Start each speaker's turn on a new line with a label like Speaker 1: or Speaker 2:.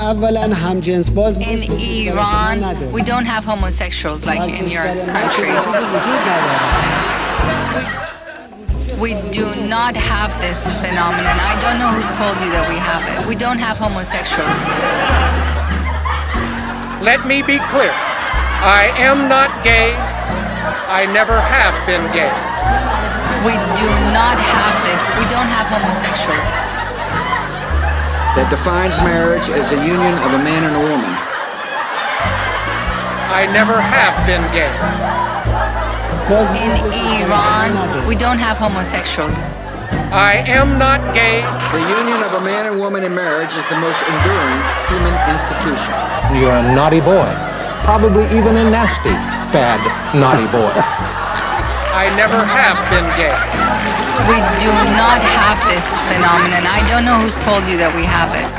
Speaker 1: اولا همجنس باز
Speaker 2: In
Speaker 1: مثل کشور شما
Speaker 2: Iran, we
Speaker 1: نداره
Speaker 2: don't have homosexuals
Speaker 1: در
Speaker 2: like in your
Speaker 1: کشور ما
Speaker 2: country.
Speaker 1: چنین چیزی وجود نداره
Speaker 2: We do not have this phenomenon. I don't know who's told you that we have it. We don't have homosexuals.
Speaker 3: Let me be clear. I am not gay. I never have been gay.
Speaker 2: We do not have this. We don't have homosexuals.
Speaker 4: that defines marriage as a union of a man and a woman.
Speaker 3: I never have been gay.
Speaker 1: باز
Speaker 2: In
Speaker 1: مثل کشور شما
Speaker 2: Iran,
Speaker 1: نداره
Speaker 2: we don't have homosexuals.
Speaker 3: I am not gay.
Speaker 4: The union of a man and woman in marriage is the most enduring human institution.
Speaker 5: You're a naughty boy. Probably even a nasty, bad, naughty boy.
Speaker 3: I never have been gay.
Speaker 2: We do not have this phenomenon. I don't know who's told you that we have it.